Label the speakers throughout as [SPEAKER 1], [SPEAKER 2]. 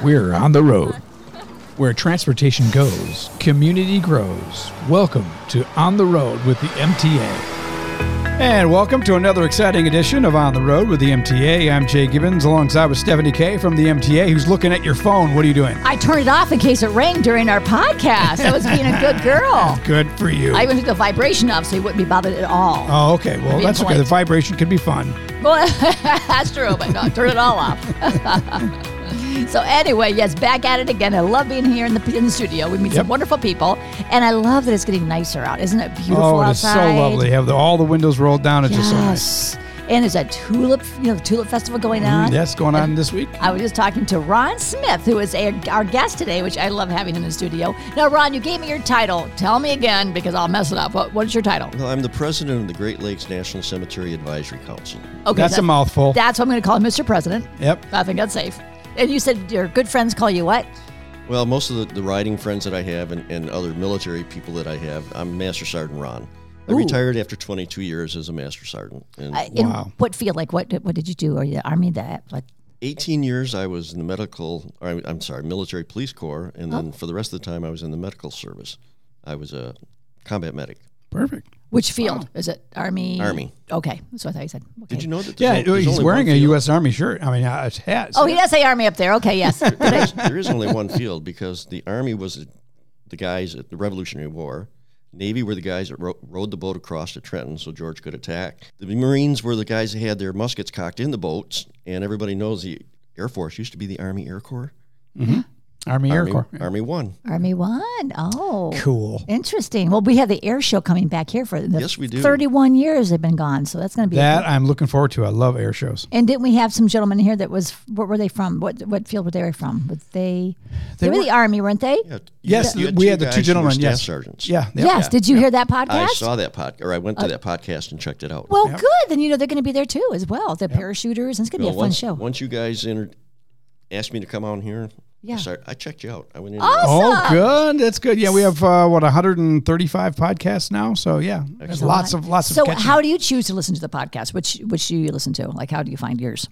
[SPEAKER 1] We're on the road. Where transportation goes, community grows. Welcome to On the Road with the MTA.
[SPEAKER 2] And welcome to another exciting edition of On the Road with the MTA. I'm Jay Gibbons alongside with Stephanie Kay from the MTA, who's looking at your phone. What are you doing?
[SPEAKER 3] I turned it off in case it rang during our podcast. I was being a good girl.
[SPEAKER 2] Good for you.
[SPEAKER 3] I even took the vibration off so he wouldn't be bothered at all.
[SPEAKER 2] oh, okay. Well,
[SPEAKER 3] Being
[SPEAKER 2] that's okay.
[SPEAKER 3] polite.
[SPEAKER 2] The vibration can be fun.
[SPEAKER 3] Well, that's true, but no, turn it all off. so anyway, yes, back at it again. I love being here in the in the studio. We meet
[SPEAKER 2] Yep.
[SPEAKER 3] some wonderful people, and I love that it's getting nicer out. Isn't it beautiful
[SPEAKER 2] oh, it is so
[SPEAKER 3] outside?
[SPEAKER 2] lovely. Have the, all the windows rolled down. It's just so nice. Mm,
[SPEAKER 3] Yes. And there's a tulip, you know, the tulip festival going on.
[SPEAKER 2] That's going on this week.
[SPEAKER 3] I was just talking to Ron Smith, who is a, our guest today, which I love having in the studio. Now, Ron, you gave me your title. Tell me again because I'll mess it up. What, what is your title?
[SPEAKER 4] No, I'm the president of the Great Lakes National Cemetery Advisory Council.
[SPEAKER 3] Okay,
[SPEAKER 2] That's a
[SPEAKER 3] that-
[SPEAKER 2] mouthful.
[SPEAKER 3] That's what I'm going to call him, Mr. President.
[SPEAKER 2] Yep.
[SPEAKER 3] I think that's safe. And you said your good friends call you what?
[SPEAKER 4] Well, most of the, the riding friends that I have and, and other military people that I have, I'm Master Sergeant Ron. I retired after 22 years as a Master Sergeant. And
[SPEAKER 3] Uh, In
[SPEAKER 2] Wow.
[SPEAKER 3] what field? Like what? What did you do? Are you the army? That like
[SPEAKER 4] 18 years I was in the medical, or I'm, I'm sorry, military police corps. And then for the rest of the time, I was in the medical service. I was a combat medic.
[SPEAKER 2] Perfect.
[SPEAKER 3] which field is it? Army.
[SPEAKER 4] Army.
[SPEAKER 3] Okay, that's what I thought you said. Okay.
[SPEAKER 4] Did you know that? there's
[SPEAKER 2] Yeah,
[SPEAKER 4] on- there's
[SPEAKER 2] he's
[SPEAKER 4] only
[SPEAKER 2] wearing
[SPEAKER 4] one
[SPEAKER 2] a
[SPEAKER 4] field?
[SPEAKER 2] U.S. Army shirt. I mean, uh, it's hats.
[SPEAKER 3] Oh, he does say army up there. Okay, yes.
[SPEAKER 4] there, is, there is only one field because the Army was the guys at the Revolutionary War. Navy were the guys that ro- rowed the boat across to Trenton so George could attack. The Marines were the guys that had their muskets cocked in the boats. And everybody knows the Air Force used to be the Army Air Corps.
[SPEAKER 2] Army Air
[SPEAKER 4] Army,
[SPEAKER 2] Corps.
[SPEAKER 4] Army One.
[SPEAKER 3] army one. Oh.
[SPEAKER 2] Cool.
[SPEAKER 3] Interesting. Well, we have the air show coming back here for the
[SPEAKER 4] Yes, we do.
[SPEAKER 3] 31 years they've been gone, so that's going to be.
[SPEAKER 2] That I'm looking forward to. I love air shows.
[SPEAKER 3] and didn't we have some gentlemen here that was? What were they from? What what field were they from? Was they? They, were, the army, weren't they?
[SPEAKER 4] Yeah, you-
[SPEAKER 2] Yes,
[SPEAKER 4] you
[SPEAKER 2] we
[SPEAKER 4] two
[SPEAKER 2] had the
[SPEAKER 4] guys
[SPEAKER 2] two
[SPEAKER 4] who were
[SPEAKER 2] gentlemen.
[SPEAKER 4] Staff
[SPEAKER 2] Yes,
[SPEAKER 4] sergeants.
[SPEAKER 2] Yeah, yeah.
[SPEAKER 3] yes. Did you hear that podcast?
[SPEAKER 4] I saw that podcast, or I went to that podcast and checked it out.
[SPEAKER 3] Well, good. Then you know they're going to be there too, as well. The parachuters, and it's going to
[SPEAKER 4] Well,
[SPEAKER 3] be a fun
[SPEAKER 4] once,
[SPEAKER 3] show.
[SPEAKER 4] Once you guys entered, asked me to come on here,
[SPEAKER 3] Yeah.
[SPEAKER 4] I, started, I checked you out. I went in.
[SPEAKER 2] Oh, good. That's good. Yeah, we have uh, what 135 podcasts now. So yeah, there's lots of lots
[SPEAKER 3] so,
[SPEAKER 2] of. catching-
[SPEAKER 3] how do you choose to listen to the podcast? Which which do you listen to? Like, how do you find yours?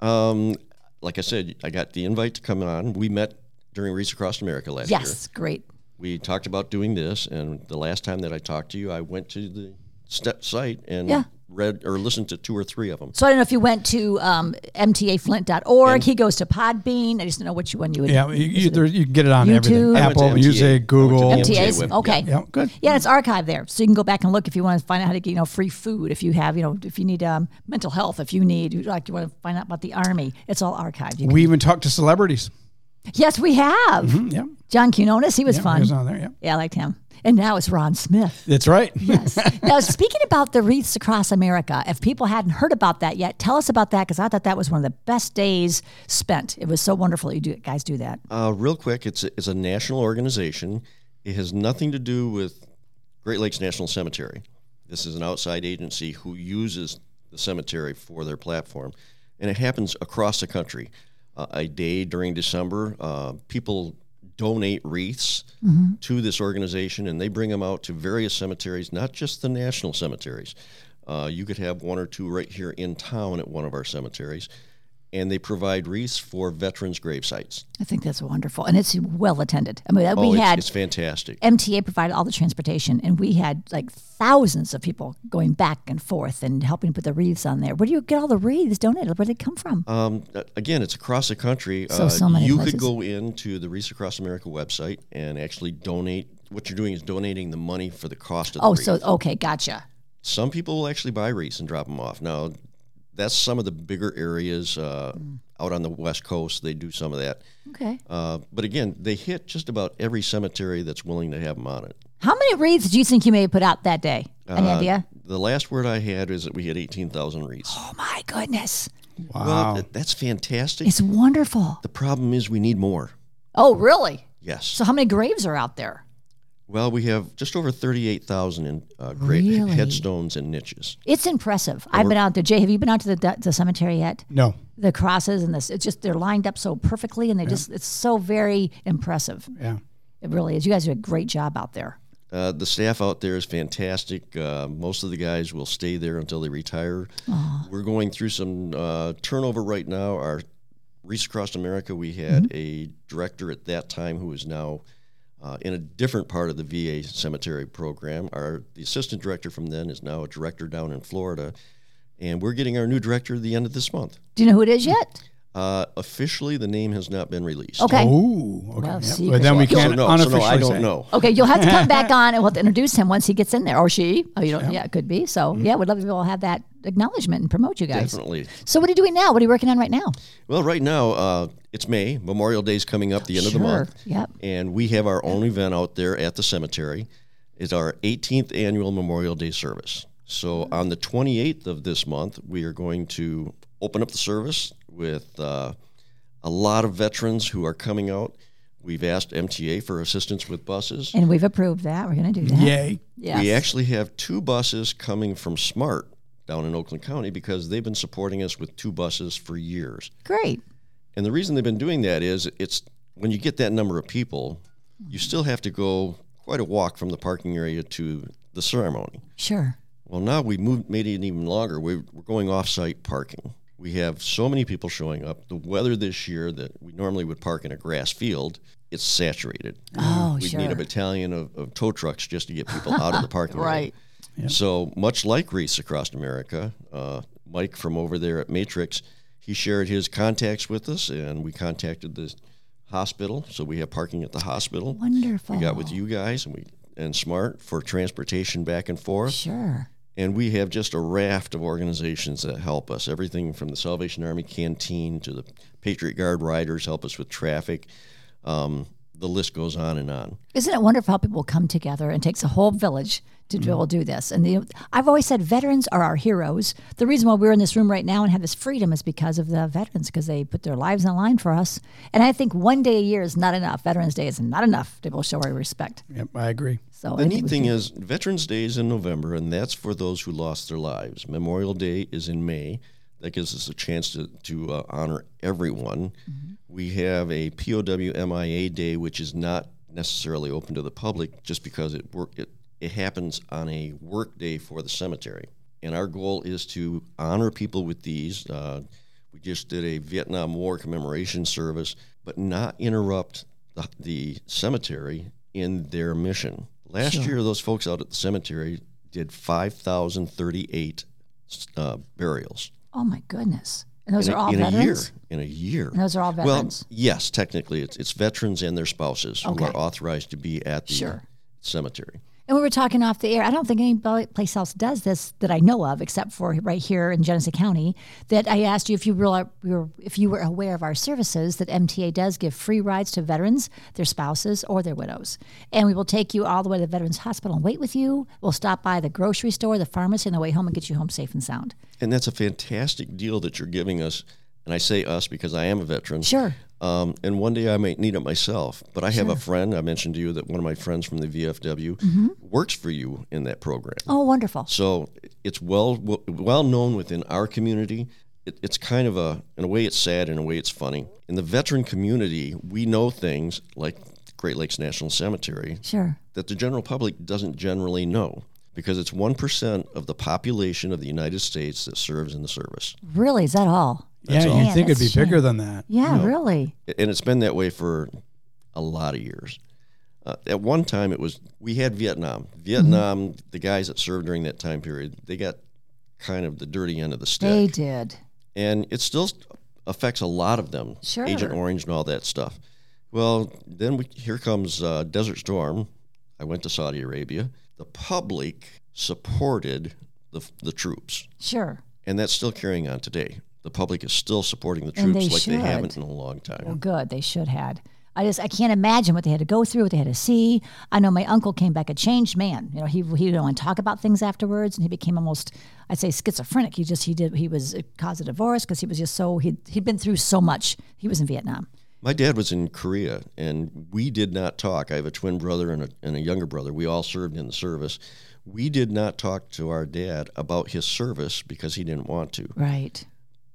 [SPEAKER 4] Um, like I said, I got the invite to come on. We met during Reach Across America last year.
[SPEAKER 3] Yes, great.
[SPEAKER 4] We talked about doing this, and the last time that I talked to you, I went to the step site and
[SPEAKER 3] Yeah.
[SPEAKER 4] read or listened to two or three of them.
[SPEAKER 3] So I don't know if you went to um, mtaflint.org. he goes to Podbean. I just don't know which one you would.
[SPEAKER 2] Yeah, you, you, there, you can get it on everything.
[SPEAKER 3] YouTube? I
[SPEAKER 4] went to
[SPEAKER 2] Apple
[SPEAKER 4] MTA.
[SPEAKER 2] Music, Google.
[SPEAKER 4] I went to MTA.
[SPEAKER 3] MTA's
[SPEAKER 4] with-
[SPEAKER 3] okay.
[SPEAKER 2] Yeah, good.
[SPEAKER 3] Yeah, it's archived there, so you can go back and look if you want to find out how to get you know free food. If you have you know if you need um, mental health, if you need like you want to find out about the army, it's all archived. You can,
[SPEAKER 2] We even talked to celebrities.
[SPEAKER 3] yes, we have
[SPEAKER 2] Yeah,
[SPEAKER 3] John Cunonis. He was
[SPEAKER 2] Mm-hmm. yeah,
[SPEAKER 3] fun.
[SPEAKER 2] he was on there. Yeah,
[SPEAKER 3] Yeah, I liked him. And now it's Ron Smith.
[SPEAKER 2] that's right.
[SPEAKER 3] now, speaking about the wreaths across America, if people hadn't heard about that yet, tell us about that because I thought that was one of the best days spent. It was so wonderful you do, guys do that.
[SPEAKER 4] Uh, real quick, it's a, it's a national organization. It has nothing to do with Great Lakes National Cemetery. This is an outside agency who uses the cemetery for their platform, and it happens across the country. Uh, a day during December, uh, people donate wreaths to this organization, and they bring them out to various cemeteries, not just the national cemeteries. Uh, you could have one or two right here in town at one of our cemeteries, and they provide wreaths for veterans' grave sites.
[SPEAKER 3] I think that's wonderful. And it's well attended. I mean,
[SPEAKER 4] Oh,
[SPEAKER 3] we
[SPEAKER 4] it's-
[SPEAKER 3] had
[SPEAKER 4] it's, fantastic.
[SPEAKER 3] MTA provided all the transportation, and we had like thousands of people going back and forth and helping put the wreaths on there. Where do you get all the wreaths donated? Where do they come from?
[SPEAKER 4] Um, uh, again, it's across the country. Uh,
[SPEAKER 3] So, so many
[SPEAKER 4] you
[SPEAKER 3] places.
[SPEAKER 4] could go into the Reese Across America website and actually donate. What you're doing is donating the money for the cost of the
[SPEAKER 3] oh,
[SPEAKER 4] wreath.
[SPEAKER 3] so okay, gotcha.
[SPEAKER 4] Some people will actually buy wreaths and drop them off. Now, that's some of the bigger areas uh,
[SPEAKER 3] Mm.
[SPEAKER 4] out on the West Coast. They do some of that.
[SPEAKER 3] Okay.
[SPEAKER 4] Uh, but again, they hit just about every cemetery that's willing to have them on it.
[SPEAKER 3] How many wreaths do you think you may have put out that day? Any idea?
[SPEAKER 4] The last word I had is that we had 18,000 wreaths.
[SPEAKER 3] Oh my goodness,
[SPEAKER 2] Wow.
[SPEAKER 4] Well, th- that's fantastic.
[SPEAKER 3] it's wonderful.
[SPEAKER 4] the problem is we need more.
[SPEAKER 3] Oh, really?
[SPEAKER 4] Yes.
[SPEAKER 3] So how many graves are out there?
[SPEAKER 4] Well, we have just over 38,000 in uh, great he-
[SPEAKER 3] Really?
[SPEAKER 4] headstones and niches.
[SPEAKER 3] It's impressive. I've been out there. Jay, have you been out to the the cemetery yet?
[SPEAKER 2] no.
[SPEAKER 3] The crosses and this, it's just they're lined up so perfectly, and they just it's so very impressive.
[SPEAKER 2] Yeah.
[SPEAKER 3] It really is. You guys do a great job out there.
[SPEAKER 4] Uh, the staff out there is fantastic. Uh, most of the guys will stay there until they retire. We're going through some uh, turnover right now. Our Reefs Across America, we had
[SPEAKER 3] Mm-hmm.
[SPEAKER 4] a director at that time who is now uh, in a different part of the VA cemetery program. Our the assistant director from then is now a director down in Florida, and we're getting our new director at the end of this month.
[SPEAKER 3] Do you know who it is yet?
[SPEAKER 4] Uh, officially, the name has not been released.
[SPEAKER 3] Okay.
[SPEAKER 2] Ooh, okay.
[SPEAKER 3] Well,
[SPEAKER 2] yep.
[SPEAKER 3] secret.
[SPEAKER 2] But then we
[SPEAKER 3] So
[SPEAKER 4] So
[SPEAKER 2] can't
[SPEAKER 4] no, so
[SPEAKER 2] unofficially
[SPEAKER 4] no, I
[SPEAKER 2] say.
[SPEAKER 4] don't know.
[SPEAKER 3] Okay, you'll have to come back on and we'll have to introduce him once he gets in there or she. Oh, you don't. Yeah, it could be. So yeah, we'd love to be able to have that acknowledgement and promote you guys.
[SPEAKER 4] Mm-hmm. Definitely.
[SPEAKER 3] So what are you doing now? What are you working on right now?
[SPEAKER 4] Well, right now uh, it's May. Memorial Day's coming up the end of the month.
[SPEAKER 3] Yep.
[SPEAKER 4] and we have our own event out there at the cemetery. It's our 18th annual Memorial Day service. So on the 28th of this month, we are going to open up the service with uh, a lot of veterans who are coming out. We've asked MTA for assistance with buses.
[SPEAKER 3] And we've approved that. We're going to do that.
[SPEAKER 2] Yay.
[SPEAKER 3] Yes.
[SPEAKER 4] We actually have two buses coming from SMART down in Oakland County because they've been supporting us with two buses for years.
[SPEAKER 3] Great.
[SPEAKER 4] And the reason they've been doing that is it's when you get that number of people,
[SPEAKER 3] Mm-hmm.
[SPEAKER 4] you still have to go quite a walk from the parking area to the ceremony.
[SPEAKER 3] Sure.
[SPEAKER 4] Well, now we moved, made it even longer. We're, we're going off site parking. We have so many people showing up. The weather this year that we normally would park in a grass field, it's saturated.
[SPEAKER 3] Oh,
[SPEAKER 4] we
[SPEAKER 3] sure.
[SPEAKER 4] Mm, need a battalion of, of tow trucks just to get people out of the parking lot.
[SPEAKER 3] Right.
[SPEAKER 4] So much like Reese across America, uh, Mike from over there at Matrix, he shared his contacts with us, and we contacted the hospital. So we have parking at the hospital.
[SPEAKER 3] Wonderful.
[SPEAKER 4] We got with you guys, and we and Smart for transportation back and forth.
[SPEAKER 3] Sure.
[SPEAKER 4] And we have just a raft of organizations that help us. Everything from the Salvation Army canteen to the Patriot Guard riders help us with traffic. Um, the list goes on and on.
[SPEAKER 3] Isn't it wonderful how people come together and takes a whole village to
[SPEAKER 4] Mm.
[SPEAKER 3] be able to do this? And the, I've always said veterans are our heroes. The reason why we're in this room right now and have this freedom is because of the veterans, because they put their lives on the line for us. And I think one day a year is not enough. Veterans Day is not enough to be able to show our respect.
[SPEAKER 2] Yep, I agree.
[SPEAKER 3] So
[SPEAKER 4] The
[SPEAKER 3] I think
[SPEAKER 4] neat
[SPEAKER 3] we-
[SPEAKER 4] thing is, Veterans Day is in November, and that's for those who lost their lives. Memorial Day is in May. That gives us a chance to, to uh, honor everyone. We have a POW MIA Day, which is not necessarily open to the public just because it, work, it, it happens on a work day for the cemetery. And our goal is to honor people with these. Uh, we just did a Vietnam War commemoration service, but not interrupt the, the cemetery in their mission. Last year, those folks out at the cemetery did 5,038 uh, burials
[SPEAKER 3] oh my goodness. And those
[SPEAKER 4] in,
[SPEAKER 3] are
[SPEAKER 4] a,
[SPEAKER 3] all
[SPEAKER 4] in a
[SPEAKER 3] veterans?
[SPEAKER 4] year. In a year.
[SPEAKER 3] And those are all veterans.
[SPEAKER 4] Well, yes, technically, it's, it's veterans and their spouses
[SPEAKER 3] Okay.
[SPEAKER 4] who are authorized to be at the
[SPEAKER 3] Sure.
[SPEAKER 4] cemetery. and
[SPEAKER 3] And we were talking off the air. I don't think any bo- place else does this that I know of, except for right here in Genesee County. That I asked you if you real- we were if you were aware of our services that MTA does give free rides to veterans, their spouses, or their widows, and we will take you all the way to the Veterans Hospital and wait with you. We'll stop by the grocery store, the pharmacy on the way home, and get you home safe and sound.
[SPEAKER 4] that's a fantastic deal that you're giving us. And I say us because I am a veteran.
[SPEAKER 3] Sure.
[SPEAKER 4] Um, and one day I might need it myself. But I have a friend, I mentioned to you that one of my friends from the VFW
[SPEAKER 3] Mm-hmm.
[SPEAKER 4] works for you in that program.
[SPEAKER 3] Oh, wonderful.
[SPEAKER 4] So it's well w- well known within our community. It, it's kind of a in a way it's sad, in a way it's funny. In the veteran community, we know things like Great Lakes National Cemetery
[SPEAKER 3] Sure.
[SPEAKER 4] that the general public doesn't generally know because it's one percent of the population of the United States that serves in the service,
[SPEAKER 3] Really? Is that all?
[SPEAKER 2] yeah,
[SPEAKER 3] all.
[SPEAKER 2] you'd think
[SPEAKER 3] Yeah,
[SPEAKER 2] it'd be
[SPEAKER 3] that's a
[SPEAKER 2] bigger than that.
[SPEAKER 3] Yeah. Really.
[SPEAKER 4] and it's been that way for a lot of years. Uh, at one time, it was we had Vietnam. Vietnam, the guys that served during that time period, they got kind of the dirty end of the stick.
[SPEAKER 3] They did.
[SPEAKER 4] and it still affects a lot of them.
[SPEAKER 3] Sure.
[SPEAKER 4] Agent Orange and all that stuff. Well, then we, here comes uh, Desert Storm. I went to Saudi Arabia. The public supported the, the troops,
[SPEAKER 3] Sure.
[SPEAKER 4] and that's still carrying on today. The public is still supporting the
[SPEAKER 3] And
[SPEAKER 4] troops
[SPEAKER 3] they
[SPEAKER 4] like
[SPEAKER 3] should.
[SPEAKER 4] they haven't in a long time.
[SPEAKER 3] Well, good. They should had. I just I can't imagine what they had to go through, what they had to see. I know my uncle came back a changed man. You know, he he didn't want to talk about things afterwards, and he became almost I'd say schizophrenic. He just he did he was it caused a divorce because he was just so he he'd been through so much. He was in Vietnam.
[SPEAKER 4] My dad was in Korea, and we did not talk. I have a twin brother and a, and a younger brother. We all served in the service. We did not talk to our dad about his service because he didn't want to.
[SPEAKER 3] Right.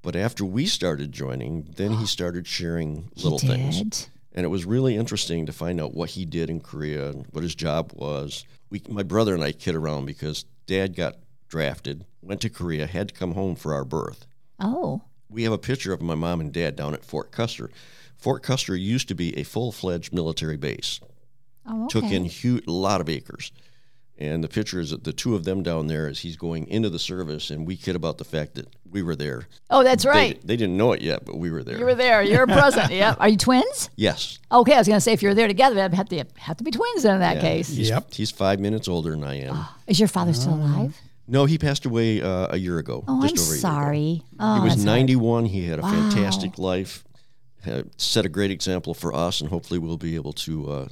[SPEAKER 4] But after we started joining, then he started sharing little
[SPEAKER 3] he did.
[SPEAKER 4] things. And it was really interesting to find out what he did in Korea and what his job was. We, my brother and I kid around because dad got drafted, went to Korea, had to come home for our birth.
[SPEAKER 3] Oh.
[SPEAKER 4] we have a picture of my mom and dad down at Fort Custer. Fort Custer used to be a full fledged military base,
[SPEAKER 3] Oh, okay.
[SPEAKER 4] took in huge, a lot of acres. And the picture is that the two of them down there as he's going into the service, and we kid about the fact that we were there.
[SPEAKER 3] Oh, that's
[SPEAKER 4] They-
[SPEAKER 3] right.
[SPEAKER 4] They, didn't know it yet, but we were there.
[SPEAKER 3] You were there. You're present. Yep. Are you twins?
[SPEAKER 4] Yes.
[SPEAKER 3] Okay, I was gonna say if you're there together, that'd have to have to be twins then in that case.
[SPEAKER 4] He's,
[SPEAKER 2] Yep.
[SPEAKER 4] He's five minutes older than I am.
[SPEAKER 3] Is your father still alive?
[SPEAKER 4] No, he passed away uh, a year ago.
[SPEAKER 3] Oh, I'm
[SPEAKER 4] just over a year ago.
[SPEAKER 3] sorry. Oh,
[SPEAKER 4] he was
[SPEAKER 3] that's-
[SPEAKER 4] 91. He had a fantastic life, had set a great example for us, and hopefully we'll be able to uh,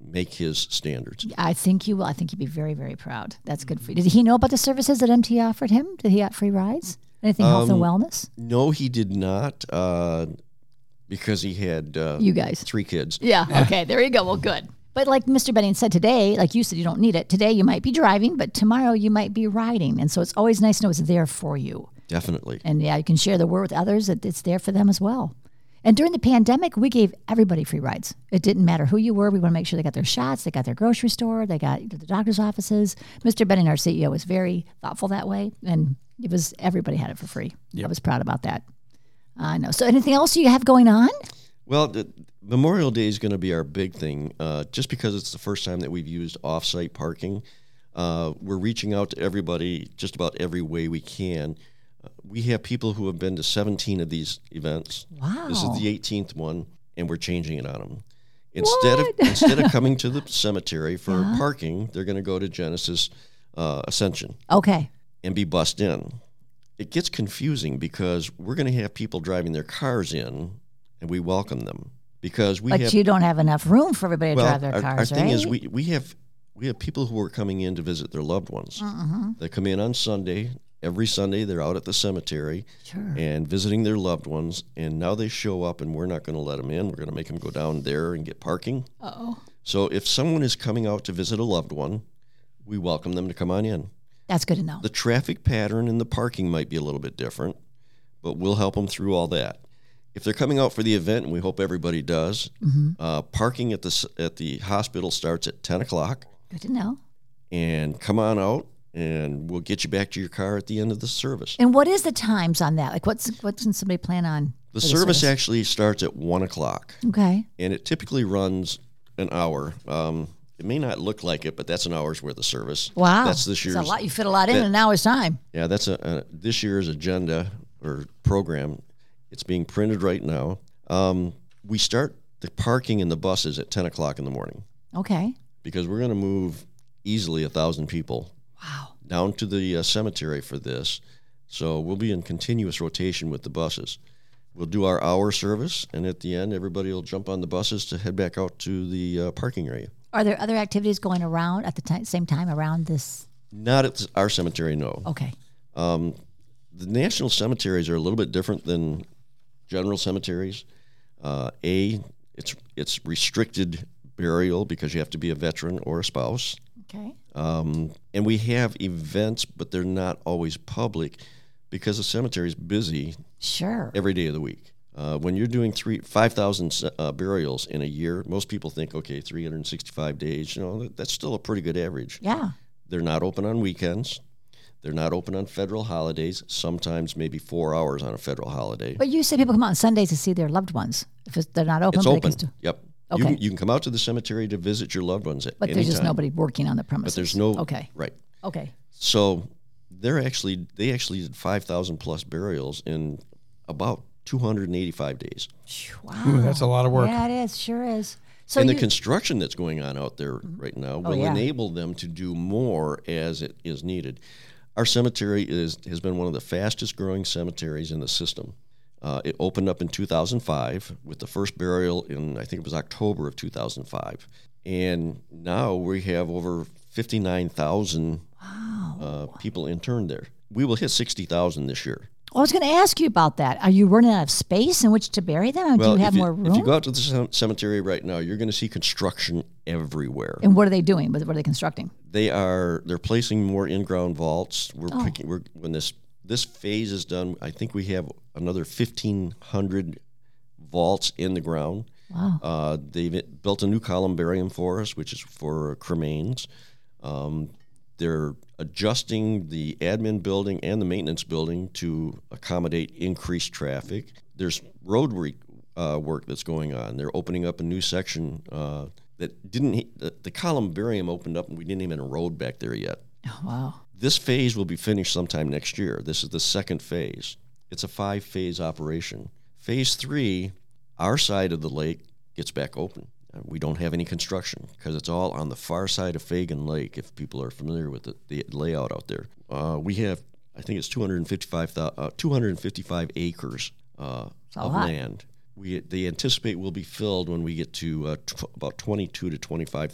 [SPEAKER 4] make his standards.
[SPEAKER 3] I think you will. I think you'd be very, very proud. That's good for you. Did he know about the services that MT offered him? Did he have free rides? Anything health and wellness?
[SPEAKER 4] No, he did not, uh, because he had uh,
[SPEAKER 3] You guys.
[SPEAKER 4] three kids.
[SPEAKER 3] Yeah. Okay. There you go. Well, good. But like Mr. Benning said today, like you said, you don't need it. Today you might be driving, but tomorrow you might be riding. And so it's always nice to know it's there for you.
[SPEAKER 4] Definitely.
[SPEAKER 3] And yeah, you can share the word with others that it's there for them as well. And during the pandemic, we gave everybody free rides. It didn't matter who you were. We want to make sure they got their shots, they got their grocery store, they got to the doctor's offices. Mr. Benning, our CEO, was very thoughtful that way. And it was everybody had it for free. I was proud about that. I know. So anything else you have going on?
[SPEAKER 4] Well, the, Memorial Day is going to be our big thing, uh, just because it's the first time that we've used off-site parking. Uh, we're reaching out to everybody just about every way we can. Uh, we have people who have been to 17 of these events.
[SPEAKER 3] Wow.
[SPEAKER 4] This is the 18th one, and we're changing it on them. Instead of instead of coming to the cemetery for parking, they're going to go to Genesis uh, Ascension
[SPEAKER 3] Okay.
[SPEAKER 4] and be bussed in. It gets confusing because we're going to have people driving their cars in, and we welcome them because we
[SPEAKER 3] But
[SPEAKER 4] have.
[SPEAKER 3] you don't have enough room for everybody to
[SPEAKER 4] well,
[SPEAKER 3] drive their
[SPEAKER 4] our,
[SPEAKER 3] cars,
[SPEAKER 4] our thing
[SPEAKER 3] right?
[SPEAKER 4] is we we have we have people who are coming in to visit their loved ones.
[SPEAKER 3] Mm. Uh-huh.
[SPEAKER 4] They come in on Sunday. Every Sunday, they're out at the cemetery
[SPEAKER 3] sure.
[SPEAKER 4] and visiting their loved ones, and now they show up, and we're not going to let them in. We're going to make them go down there and get parking.
[SPEAKER 3] Oh,
[SPEAKER 4] So if someone is coming out to visit a loved one, we welcome them to come on in.
[SPEAKER 3] that's good to know.
[SPEAKER 4] The traffic pattern and the parking might be a little bit different, but we'll help them through all that. If they're coming out for the event, and we hope everybody does,
[SPEAKER 3] Mm-hmm.
[SPEAKER 4] uh, parking at the s- at the hospital starts at ten o'clock,
[SPEAKER 3] Good to know.
[SPEAKER 4] and come on out, and we'll get you back to your car at the end of the service.
[SPEAKER 3] And what is the times on that? Like, what's what can somebody plan on?
[SPEAKER 4] The
[SPEAKER 3] for
[SPEAKER 4] service actually starts at one o'clock,
[SPEAKER 3] Okay.
[SPEAKER 4] and it typically runs an hour. Um, it may not look like it, but that's an hour's worth of service.
[SPEAKER 3] Wow.
[SPEAKER 4] that's this
[SPEAKER 3] It's
[SPEAKER 4] year's
[SPEAKER 3] a lot. You fit a lot in in an hour's time.
[SPEAKER 4] Yeah, that's a, a this year's agenda or program. It's being printed right now. Um, we start the parking and the buses at ten o'clock in the morning
[SPEAKER 3] Okay.
[SPEAKER 4] because we're going to move easily a thousand people
[SPEAKER 3] Wow.
[SPEAKER 4] down to the uh, cemetery for this. So we'll be in continuous rotation with the buses. We'll do our hour service, and at the end, everybody will jump on the buses to head back out to the uh, parking area.
[SPEAKER 3] Are there other activities going around at the ti- same time around this?
[SPEAKER 4] Not at our cemetery, no.
[SPEAKER 3] Okay.
[SPEAKER 4] the national cemeteries are a little bit different than general cemeteries. Uh, a, it's it's restricted burial because you have to be a veteran or a spouse,
[SPEAKER 3] Okay.
[SPEAKER 4] um, and we have events, but they're not always public because the cemetery is busy
[SPEAKER 3] Sure.
[SPEAKER 4] every day of the week. Uh, when you're doing three five thousand uh, burials in a year, most people think, okay, 365 days. You know, that, that's still a pretty good average.
[SPEAKER 3] Yeah.
[SPEAKER 4] They're not open on weekends. They're not open on federal holidays, sometimes maybe four hours on a federal holiday.
[SPEAKER 3] But you said people come out on Sundays to see their loved ones. If it's, they're not open,
[SPEAKER 4] It's
[SPEAKER 3] but, they can
[SPEAKER 4] open.
[SPEAKER 3] still-
[SPEAKER 4] Yep.
[SPEAKER 3] Okay.
[SPEAKER 4] You, can, you can come out to the cemetery to visit your loved ones at
[SPEAKER 3] but
[SPEAKER 4] any
[SPEAKER 3] there's just
[SPEAKER 4] time.
[SPEAKER 3] nobody working on the premises.
[SPEAKER 4] But there's no.
[SPEAKER 3] Okay.
[SPEAKER 4] Right.
[SPEAKER 3] Okay.
[SPEAKER 4] So they're actually, they actually did 5,000 plus burials in about 285 days.
[SPEAKER 3] Phew, Wow.
[SPEAKER 2] that's a lot of work.
[SPEAKER 3] Yeah, it is. Sure is. So
[SPEAKER 4] and
[SPEAKER 3] you, Mm-hmm. Oh,
[SPEAKER 4] the construction that's going on out there right now will
[SPEAKER 3] yeah.
[SPEAKER 4] enable them to do more as it is needed. Our cemetery is has been one of the fastest growing cemeteries in the system. Uh, it opened up in 2005 with the first burial in I think it was October of 2005, and now we have over 59,000 uh, people interned there. We will hit 60,000 this year.
[SPEAKER 3] I was going to ask you about that. Are you running out of space in which to bury them? Or do you have
[SPEAKER 4] if,
[SPEAKER 3] more
[SPEAKER 4] you,
[SPEAKER 3] room?
[SPEAKER 4] if you go out to the cem- cemetery right now, you're going to see construction everywhere.
[SPEAKER 3] and what are they doing? What what are they constructing?
[SPEAKER 4] they are they're placing more in-ground vaults. We're picking we're when this this phase is done, I think we have another 1500 vaults in the ground.
[SPEAKER 3] Wow.
[SPEAKER 4] Uh, they've built a new columbarium for us, which is for cremains. Um, they're adjusting the admin building and the maintenance building to accommodate increased traffic. There's road re- uh, work that's going on. They're opening up a new section uh, that didn't, the, the columbarium opened up and we didn't even have a road back there yet.
[SPEAKER 3] Oh, wow.
[SPEAKER 4] This phase will be finished sometime next year. This is the second phase. It's a five phase operation. Phase three, our side of the lake gets back open. Uh, We don't have any construction because it's all on the far side of Fagan Lake, if people are familiar with the, the layout out there. Uh, we have, I think it's 255, uh, 255 acres uh,
[SPEAKER 3] a
[SPEAKER 4] of
[SPEAKER 3] lot.
[SPEAKER 4] land. We, they anticipate will be filled when we get to uh, tw- about 22 to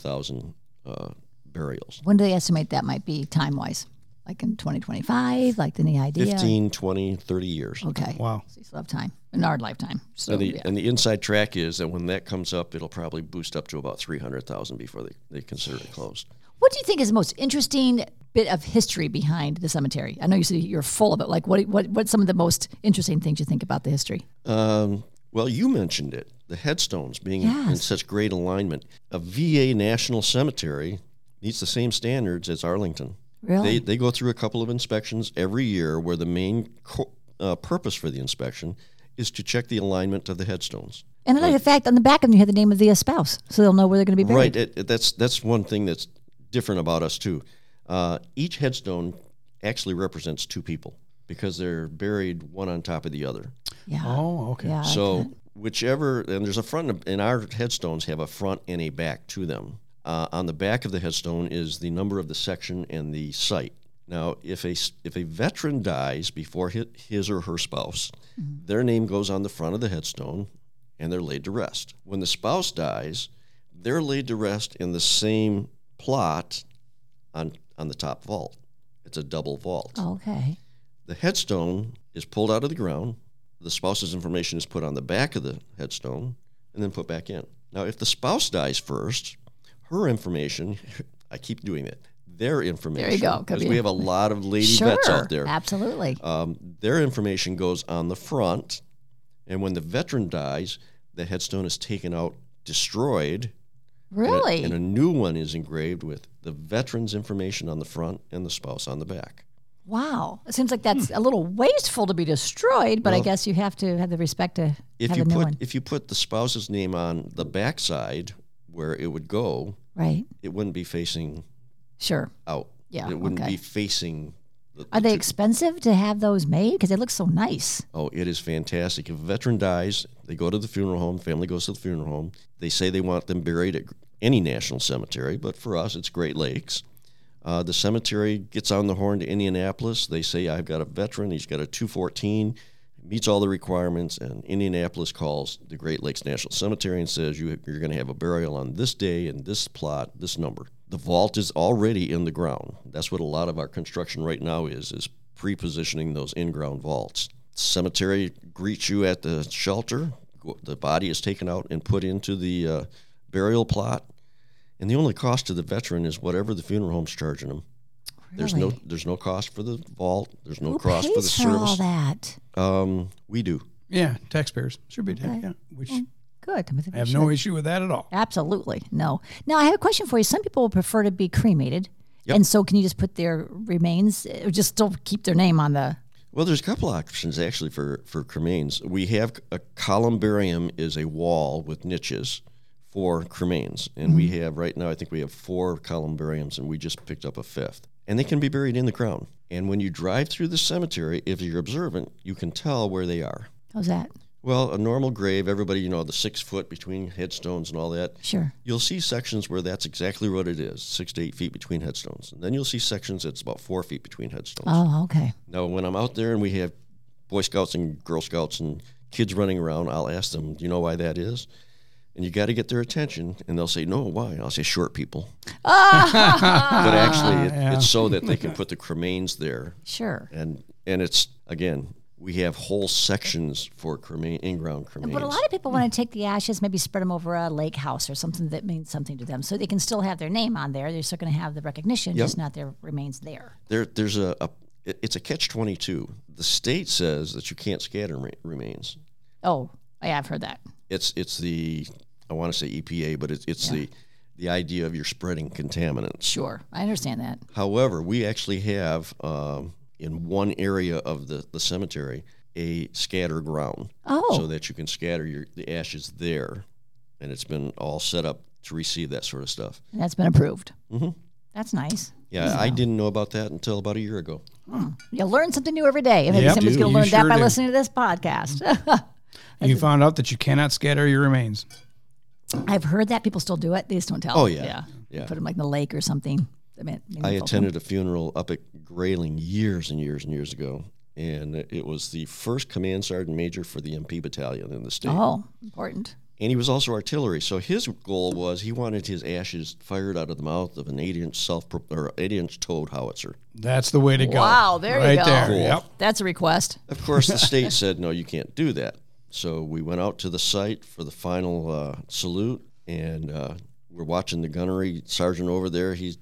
[SPEAKER 4] 25,000 uh, burials.
[SPEAKER 3] When do they estimate that might be time wise? Like in 2025, like any idea?
[SPEAKER 4] 15, 20, 30 years.
[SPEAKER 3] Okay.
[SPEAKER 2] Wow.
[SPEAKER 3] So you still have time in our lifetime. So,
[SPEAKER 4] And the,
[SPEAKER 3] yeah.
[SPEAKER 4] and the inside track is that when that comes up, it'll probably boost up to about 300,000 before they, they consider it closed.
[SPEAKER 3] What do you think is the most interesting bit of history behind the cemetery? I know you said you're full of it. Like, what, what, what's some of the most interesting things you think about the history?
[SPEAKER 4] Um, well, you mentioned it the headstones being in
[SPEAKER 3] Yes.
[SPEAKER 4] such great alignment. A VA National Cemetery meets the same standards as Arlington.
[SPEAKER 3] Really?
[SPEAKER 4] They, they go through a couple of inspections every year where the main co- uh, purpose for the inspection is to check the alignment of the headstones.
[SPEAKER 3] and I like the fact on the back of them, you have the name of the spouse, so they'll know where they're going to be
[SPEAKER 4] Right.
[SPEAKER 3] buried.
[SPEAKER 4] It, it- that's that's one thing that's different about us too. Uh, each headstone actually represents two people because they're buried one on top of the other.
[SPEAKER 3] Yeah.
[SPEAKER 2] Oh, okay.
[SPEAKER 3] yeah. I
[SPEAKER 4] so whichever and there's a front and a- and our headstones have a front and a back to them. Uh, on the back of the headstone is the number of the section and the site. Now, if a s- if a veteran dies before his, his or her spouse, their name goes on the front of the headstone, and they're laid to rest. When the spouse dies, they're laid to rest in the same plot on on the top vault. It's a double vault.
[SPEAKER 3] Okay.
[SPEAKER 4] The headstone is pulled out of the ground. The spouse's information is put on the back of the headstone and then put back in. Now, if the spouse dies first, her information, I keep doing it, their information.
[SPEAKER 3] go,
[SPEAKER 4] Because
[SPEAKER 3] Kabi.
[SPEAKER 4] we have a lot of lady
[SPEAKER 3] sure.
[SPEAKER 4] vets out there.
[SPEAKER 3] Absolutely.
[SPEAKER 4] Um, their information goes on the front. And when the veteran dies, the headstone is taken out, destroyed, and a-
[SPEAKER 3] really?
[SPEAKER 4] and a new one is engraved with the veteran's information on the front and the spouse on the back.
[SPEAKER 3] wow. It seems like
[SPEAKER 4] Hmm.
[SPEAKER 3] that's a little wasteful to be destroyed, but I guess you have to have the respect to
[SPEAKER 4] if
[SPEAKER 3] have
[SPEAKER 4] you
[SPEAKER 3] a new
[SPEAKER 4] put
[SPEAKER 3] one.
[SPEAKER 4] if you put the spouse's name on the backside where it would go,
[SPEAKER 3] Right.
[SPEAKER 4] it wouldn't be facing
[SPEAKER 3] Sure.
[SPEAKER 4] out.
[SPEAKER 3] Yeah,
[SPEAKER 4] it wouldn't
[SPEAKER 3] okay.
[SPEAKER 4] be facing. The,
[SPEAKER 3] Are they expensive to have those made? Because they look so nice.
[SPEAKER 4] oh, it is fantastic. If a veteran dies, they go to the funeral home. Family goes to the funeral home. They say they want them buried at any national cemetery, but for us, it's Great Lakes. Uh, the cemetery gets on the horn to Indianapolis. They say, I've got a veteran. He's got a 214, meets all the requirements. And Indianapolis calls the Great Lakes National Cemetery and says, you, You're going to have a burial on this day and this plot, this number. The vault is already in the ground. That's what a lot of our construction right now is, is pre-positioning those in-ground vaults. Cemetery greets you at the shelter. Go- The body is taken out and put into the uh, burial plot. And the only cost to the veteran is whatever the funeral home's charging them. There's no
[SPEAKER 3] Really?
[SPEAKER 4] there's no cost for the vault. There's no
[SPEAKER 3] Who
[SPEAKER 4] cost for the
[SPEAKER 3] pays for all
[SPEAKER 4] service.
[SPEAKER 3] that?
[SPEAKER 4] Um, we do.
[SPEAKER 2] Yeah, taxpayers should be. tax Yeah, which
[SPEAKER 3] Good. I think
[SPEAKER 2] I
[SPEAKER 3] we
[SPEAKER 2] have
[SPEAKER 3] should.
[SPEAKER 2] no issue with that at all.
[SPEAKER 3] Absolutely. No. Now, I have a question for you. Some people prefer to be cremated.
[SPEAKER 4] Yep.
[SPEAKER 3] And so, can you just put their remains, uh, just still keep their name on the.
[SPEAKER 4] Well, there's a couple options actually for for cremains. We have a columbarium is a wall with niches for cremains, and we
[SPEAKER 3] Mm-hmm.
[SPEAKER 4] have right now I think we have four columbariums, and we just picked up a fifth. And they can be buried in the ground. And when you drive through the cemetery, if you're observant, you can tell where they are.
[SPEAKER 3] How's that?
[SPEAKER 4] Well, a normal grave, everybody you know the six foot between headstones and all that.
[SPEAKER 3] Sure.
[SPEAKER 4] You'll see sections where that's exactly what it is, six to eight feet between headstones. And then you'll see sections that's about four feet between headstones.
[SPEAKER 3] Oh, okay.
[SPEAKER 4] Now, when I'm out there and we have Boy Scouts and Girl Scouts and kids running around, I'll ask them, "Do you know why that is?" And you got to get their attention, and they'll say, "No, why?" And I'll say, "Short people."
[SPEAKER 3] Ah.
[SPEAKER 4] but actually, it, it's so that they can put the cremains there,
[SPEAKER 3] Sure.
[SPEAKER 4] and and it's again, we have whole sections for cremain in-ground cremains.
[SPEAKER 3] But a lot of people want to take the ashes, maybe spread them over a lake house or something that means something to them. So they can still have their name on there. They're still going to have the recognition, just not their remains there.
[SPEAKER 4] there there's a, a it- it's a catch 22 the state says that you can't scatter re- remains
[SPEAKER 3] Oh, yeah, I've heard that.
[SPEAKER 4] E it's it's the i want to say epa but it's it's the the idea of you're spreading contaminants.
[SPEAKER 3] Sure, I understand that.
[SPEAKER 4] However, we actually have um, in one area of the, the cemetery a scatter ground
[SPEAKER 3] Oh.
[SPEAKER 4] so that you can scatter your the ashes there. And it's been all set up to receive that sort of stuff.
[SPEAKER 3] That's been approved. Mm-hmm. That's nice.
[SPEAKER 4] Yeah, I didn't know about that until about a year ago.
[SPEAKER 3] You learn something new every day. And maybe
[SPEAKER 2] Yep.
[SPEAKER 3] somebody's
[SPEAKER 2] Do. You
[SPEAKER 3] going to learn that
[SPEAKER 2] sure
[SPEAKER 3] by
[SPEAKER 2] do.
[SPEAKER 3] listening to this podcast.
[SPEAKER 2] You found out that you cannot scatter your remains.
[SPEAKER 3] I've heard that people still do it. They just don't tell.
[SPEAKER 4] Oh, yeah.
[SPEAKER 3] yeah.
[SPEAKER 4] Yeah.
[SPEAKER 3] Put them like in the lake or something. I, mean,
[SPEAKER 4] I
[SPEAKER 3] meaningful.
[SPEAKER 4] attended a funeral up at Grayling years and years and years ago, and it was the first command sergeant major for the MP battalion in the state.
[SPEAKER 3] Oh, important.
[SPEAKER 4] And he was also artillery. So his goal was he wanted his ashes fired out of the mouth of an eight-inch self or eight-inch towed howitzer.
[SPEAKER 2] That's the way to go.
[SPEAKER 3] Wow, there you
[SPEAKER 2] right
[SPEAKER 3] go.
[SPEAKER 2] There.
[SPEAKER 3] Cool.
[SPEAKER 2] Yep.
[SPEAKER 3] That's a request.
[SPEAKER 4] Of course, the state said no, you can't do that. So we went out to the site for the final uh, salute, and uh, we're watching the gunnery sergeant over there. He's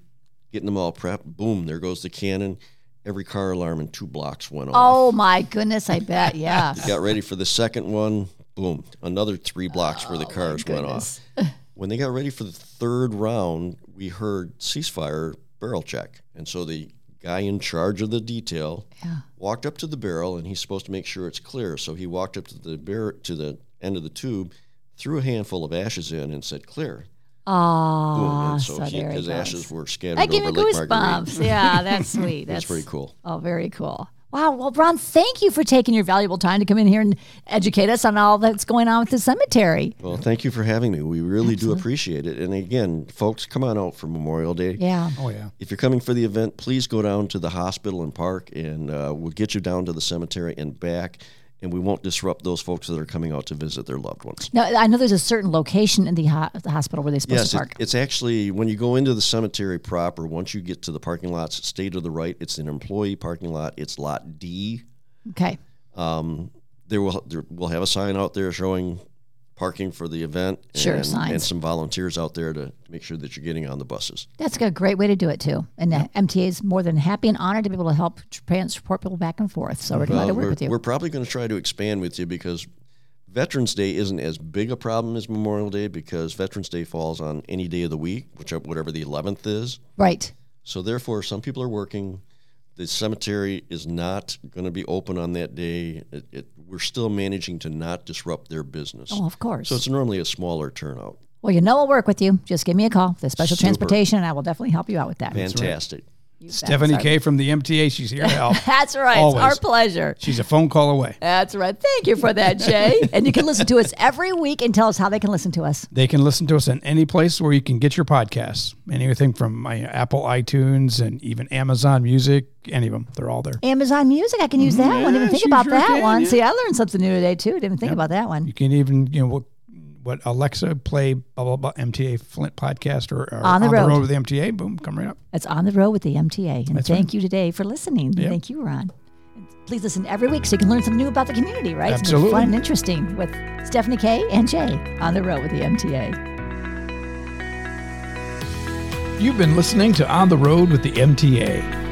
[SPEAKER 4] getting them all prepped. Boom! There goes the cannon. Every car alarm in two blocks went off.
[SPEAKER 3] Oh my goodness, I bet. Yeah.
[SPEAKER 4] got ready for the second one. Boom! Another three blocks where the
[SPEAKER 3] Oh,
[SPEAKER 4] cars went off. When they got ready for the third round, we heard ceasefire barrel check, and so the guy in charge of the detail walked up to the barrel, and he's supposed to make sure it's clear. So he walked up to the bar- to the end of the tube, threw a handful of ashes in, and said, "Clear." Boom!
[SPEAKER 3] Ah,
[SPEAKER 4] and
[SPEAKER 3] so,
[SPEAKER 4] so he,
[SPEAKER 3] there it
[SPEAKER 4] his
[SPEAKER 3] goes.
[SPEAKER 4] ashes were scattered
[SPEAKER 3] I give
[SPEAKER 4] over
[SPEAKER 3] you
[SPEAKER 4] Lake Marguerite.
[SPEAKER 3] goosebumps. yeah, that's sweet. That's
[SPEAKER 4] It's pretty cool.
[SPEAKER 3] Oh, very cool. Wow. Well, Ron, thank you for taking your valuable time to come in here and educate us on all that's going on with the cemetery.
[SPEAKER 4] Well, thank you for having me. We really do appreciate it. And again, folks, come on out for Memorial Day.
[SPEAKER 3] Yeah.
[SPEAKER 2] Oh yeah.
[SPEAKER 4] If you're coming for the event, please go down to the hospital and park, and uh, we'll get you down to the cemetery and back, and we won't disrupt those folks that are coming out to visit their loved ones.
[SPEAKER 3] Now, I know there's a certain location in the, ho- the hospital where they're supposed
[SPEAKER 4] Yes,
[SPEAKER 3] to
[SPEAKER 4] it-
[SPEAKER 3] park.
[SPEAKER 4] it's actually when you go into the cemetery proper. Once you get to the parking lots, stay to the right. It's an employee parking lot. It's lot D.
[SPEAKER 3] okay.
[SPEAKER 4] There will there, we'll have a sign out there showing parking for the event.
[SPEAKER 3] Sure,
[SPEAKER 4] and,
[SPEAKER 3] signs.
[SPEAKER 4] and some volunteers out there to make sure that you're getting on the buses.
[SPEAKER 3] That's a great way to do it, too. And the MTA is more than happy and honored to be able to help transport people back and forth. So we're glad to
[SPEAKER 4] Well,
[SPEAKER 3] work
[SPEAKER 4] Uh, we're,
[SPEAKER 3] with you.
[SPEAKER 4] we're probably going to try to expand with you because Veterans Day isn't as big a problem as Memorial Day because Veterans Day falls on any day of the week, which uh, whatever the 11th is.
[SPEAKER 3] Right.
[SPEAKER 4] So therefore, some people are working. The cemetery is not going to be open on that day. It, it, we're still managing to not disrupt their business.
[SPEAKER 3] Oh, of course.
[SPEAKER 4] So it's normally a smaller turnout.
[SPEAKER 3] well, you know I'll work with you. Just give me a call, the special
[SPEAKER 4] Super.
[SPEAKER 3] transportation, and I will definitely help you out with that.
[SPEAKER 4] Fantastic.
[SPEAKER 3] You bet.
[SPEAKER 2] Stephanie K from the MTA. She's here to help.
[SPEAKER 3] That's right. It's our
[SPEAKER 2] Always.
[SPEAKER 3] pleasure.
[SPEAKER 2] She's a phone call away.
[SPEAKER 3] That's right. Thank you for that, Jay. and you can listen to us every week and tell us how they can listen to us.
[SPEAKER 2] They can listen to us in any place where you can get your podcasts. Anything from my Apple iTunes and even Amazon Music, any of them. They're all there.
[SPEAKER 3] Amazon Music, I can use that one. Didn't
[SPEAKER 2] Yes,
[SPEAKER 3] think
[SPEAKER 2] you
[SPEAKER 3] about
[SPEAKER 2] sure
[SPEAKER 3] that
[SPEAKER 2] can,
[SPEAKER 3] one.
[SPEAKER 2] yeah.
[SPEAKER 3] See, I learned something new today too. Didn't think about that one.
[SPEAKER 2] You can even, you know, what, what Alexa play, blah, blah, blah, MTA Flint podcast or, or
[SPEAKER 3] On the Road.
[SPEAKER 2] with MTA. Boom, come right up.
[SPEAKER 3] That's on the road with the MTA. And thank you today for listening. Thank you, Ron. And Please listen every week so you can learn something new about the community, right? Something
[SPEAKER 2] Absolutely.
[SPEAKER 3] fun and interesting with Stephanie Kay and Jay on the road with the MTA.
[SPEAKER 1] You've been listening to On the Road with the MTA.